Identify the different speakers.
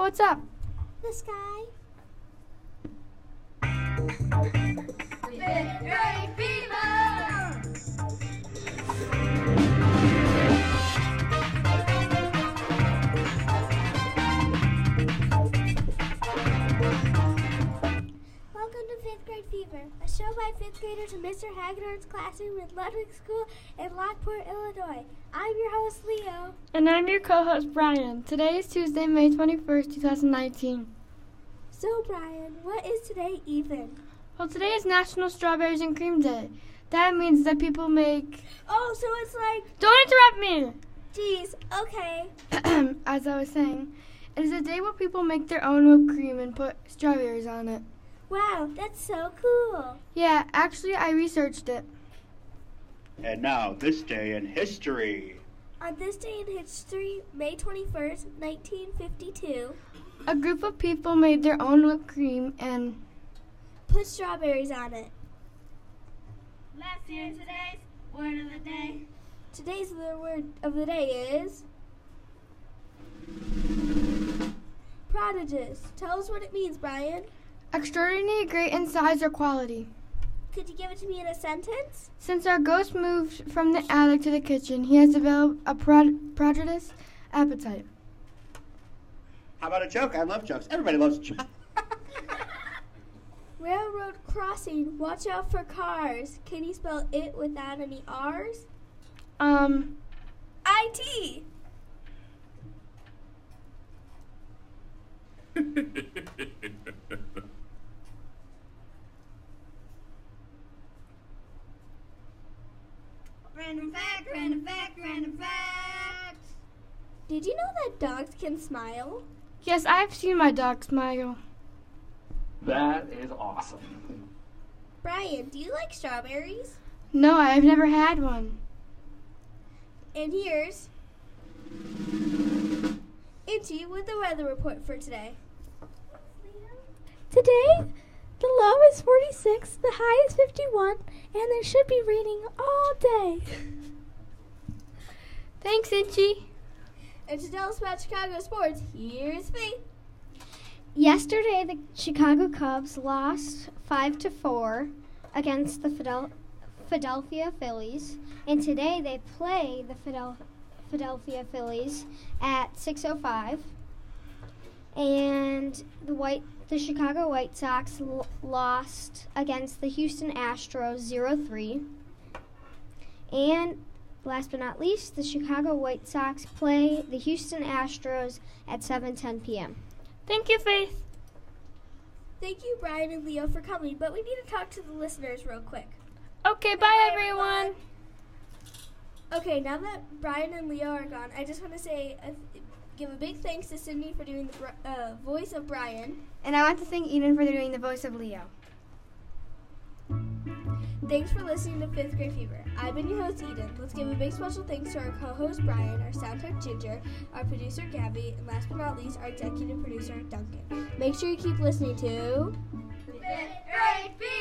Speaker 1: what's up?
Speaker 2: The sky. Welcome to Fifth Grade Fever, a show by fifth graders in Mr. Haggard's classroom at Ludwig School in Lockport, Illinois. I'm your host, Leo.
Speaker 1: And I'm your co host, Brian. Today is Tuesday, May 21st, 2019.
Speaker 2: So, Brian, what is today even?
Speaker 1: Well, today is National Strawberries and Cream Day. That means that people make.
Speaker 2: Oh, so it's like,
Speaker 1: Don't interrupt me!
Speaker 2: geez, okay.
Speaker 1: As I was saying, it is a day where people make their own whipped cream and put strawberries on it.
Speaker 2: Wow, that's so cool.
Speaker 1: Yeah, actually, I researched it.
Speaker 3: And now, this day in history.
Speaker 2: On this day in history, May 21st, 1952,
Speaker 1: A group of people made their own whipped cream and.
Speaker 2: put strawberries on it.
Speaker 4: Let's hear today's word of the day.
Speaker 2: Today's the word of the day is prodigious. Tell us what it means, Brian.
Speaker 1: Extraordinary great in size or quality.
Speaker 2: Could you give it to me in a sentence?
Speaker 1: Since our ghost moved from the attic to the kitchen, he has developed a prod- prodigious appetite.
Speaker 3: How about a joke? I love jokes. Everybody loves jokes.
Speaker 2: Railroad crossing. Watch out for cars. Can you spell it without any R's?
Speaker 1: Um,
Speaker 2: IT.
Speaker 4: Random fact, random fact, random fact.
Speaker 2: Did you know that dogs can smile?
Speaker 1: yes, I've seen my dog smile.
Speaker 5: That is awesome.
Speaker 2: Brian, do you like strawberries?
Speaker 1: No, I've never had one.
Speaker 2: And here's Itchy with the weather report for today. Today, the low is 46, the high is 51, and there should be raining all day.
Speaker 1: Thanks, Itchy.
Speaker 2: and to tell us about Chicago sports, here's Faith.
Speaker 6: Yesterday, the Chicago Cubs lost five to four against the Fidel- Philadelphia Phillies, and today they play the Fidel- Philadelphia Phillies at 6:05. And the White, the Chicago White Sox l- lost against the Houston Astros 0-3. And last but not least, the Chicago White Sox play the Houston Astros at 7:10 p.m.
Speaker 1: Thank you, Faith.
Speaker 2: Thank you, Brian and Leo, for coming, but we need to talk to the listeners real quick.
Speaker 1: Okay, bye, everyone.
Speaker 2: Okay, now that Brian and Leo are gone, I just want to say, a give a big thanks to Sydney for doing the br- uh, voice of Brian.
Speaker 1: And I want to thank Eden for doing the voice of Leo.
Speaker 2: Thanks for listening to Fifth Grade Fever. I've been your host, Eden. Let's give a big special thanks to our co host, Brian, our sound tech, Ginger, our producer, Gabby, and last but not least, our executive producer, Duncan. Make sure you keep listening to.
Speaker 4: Fifth grade fever.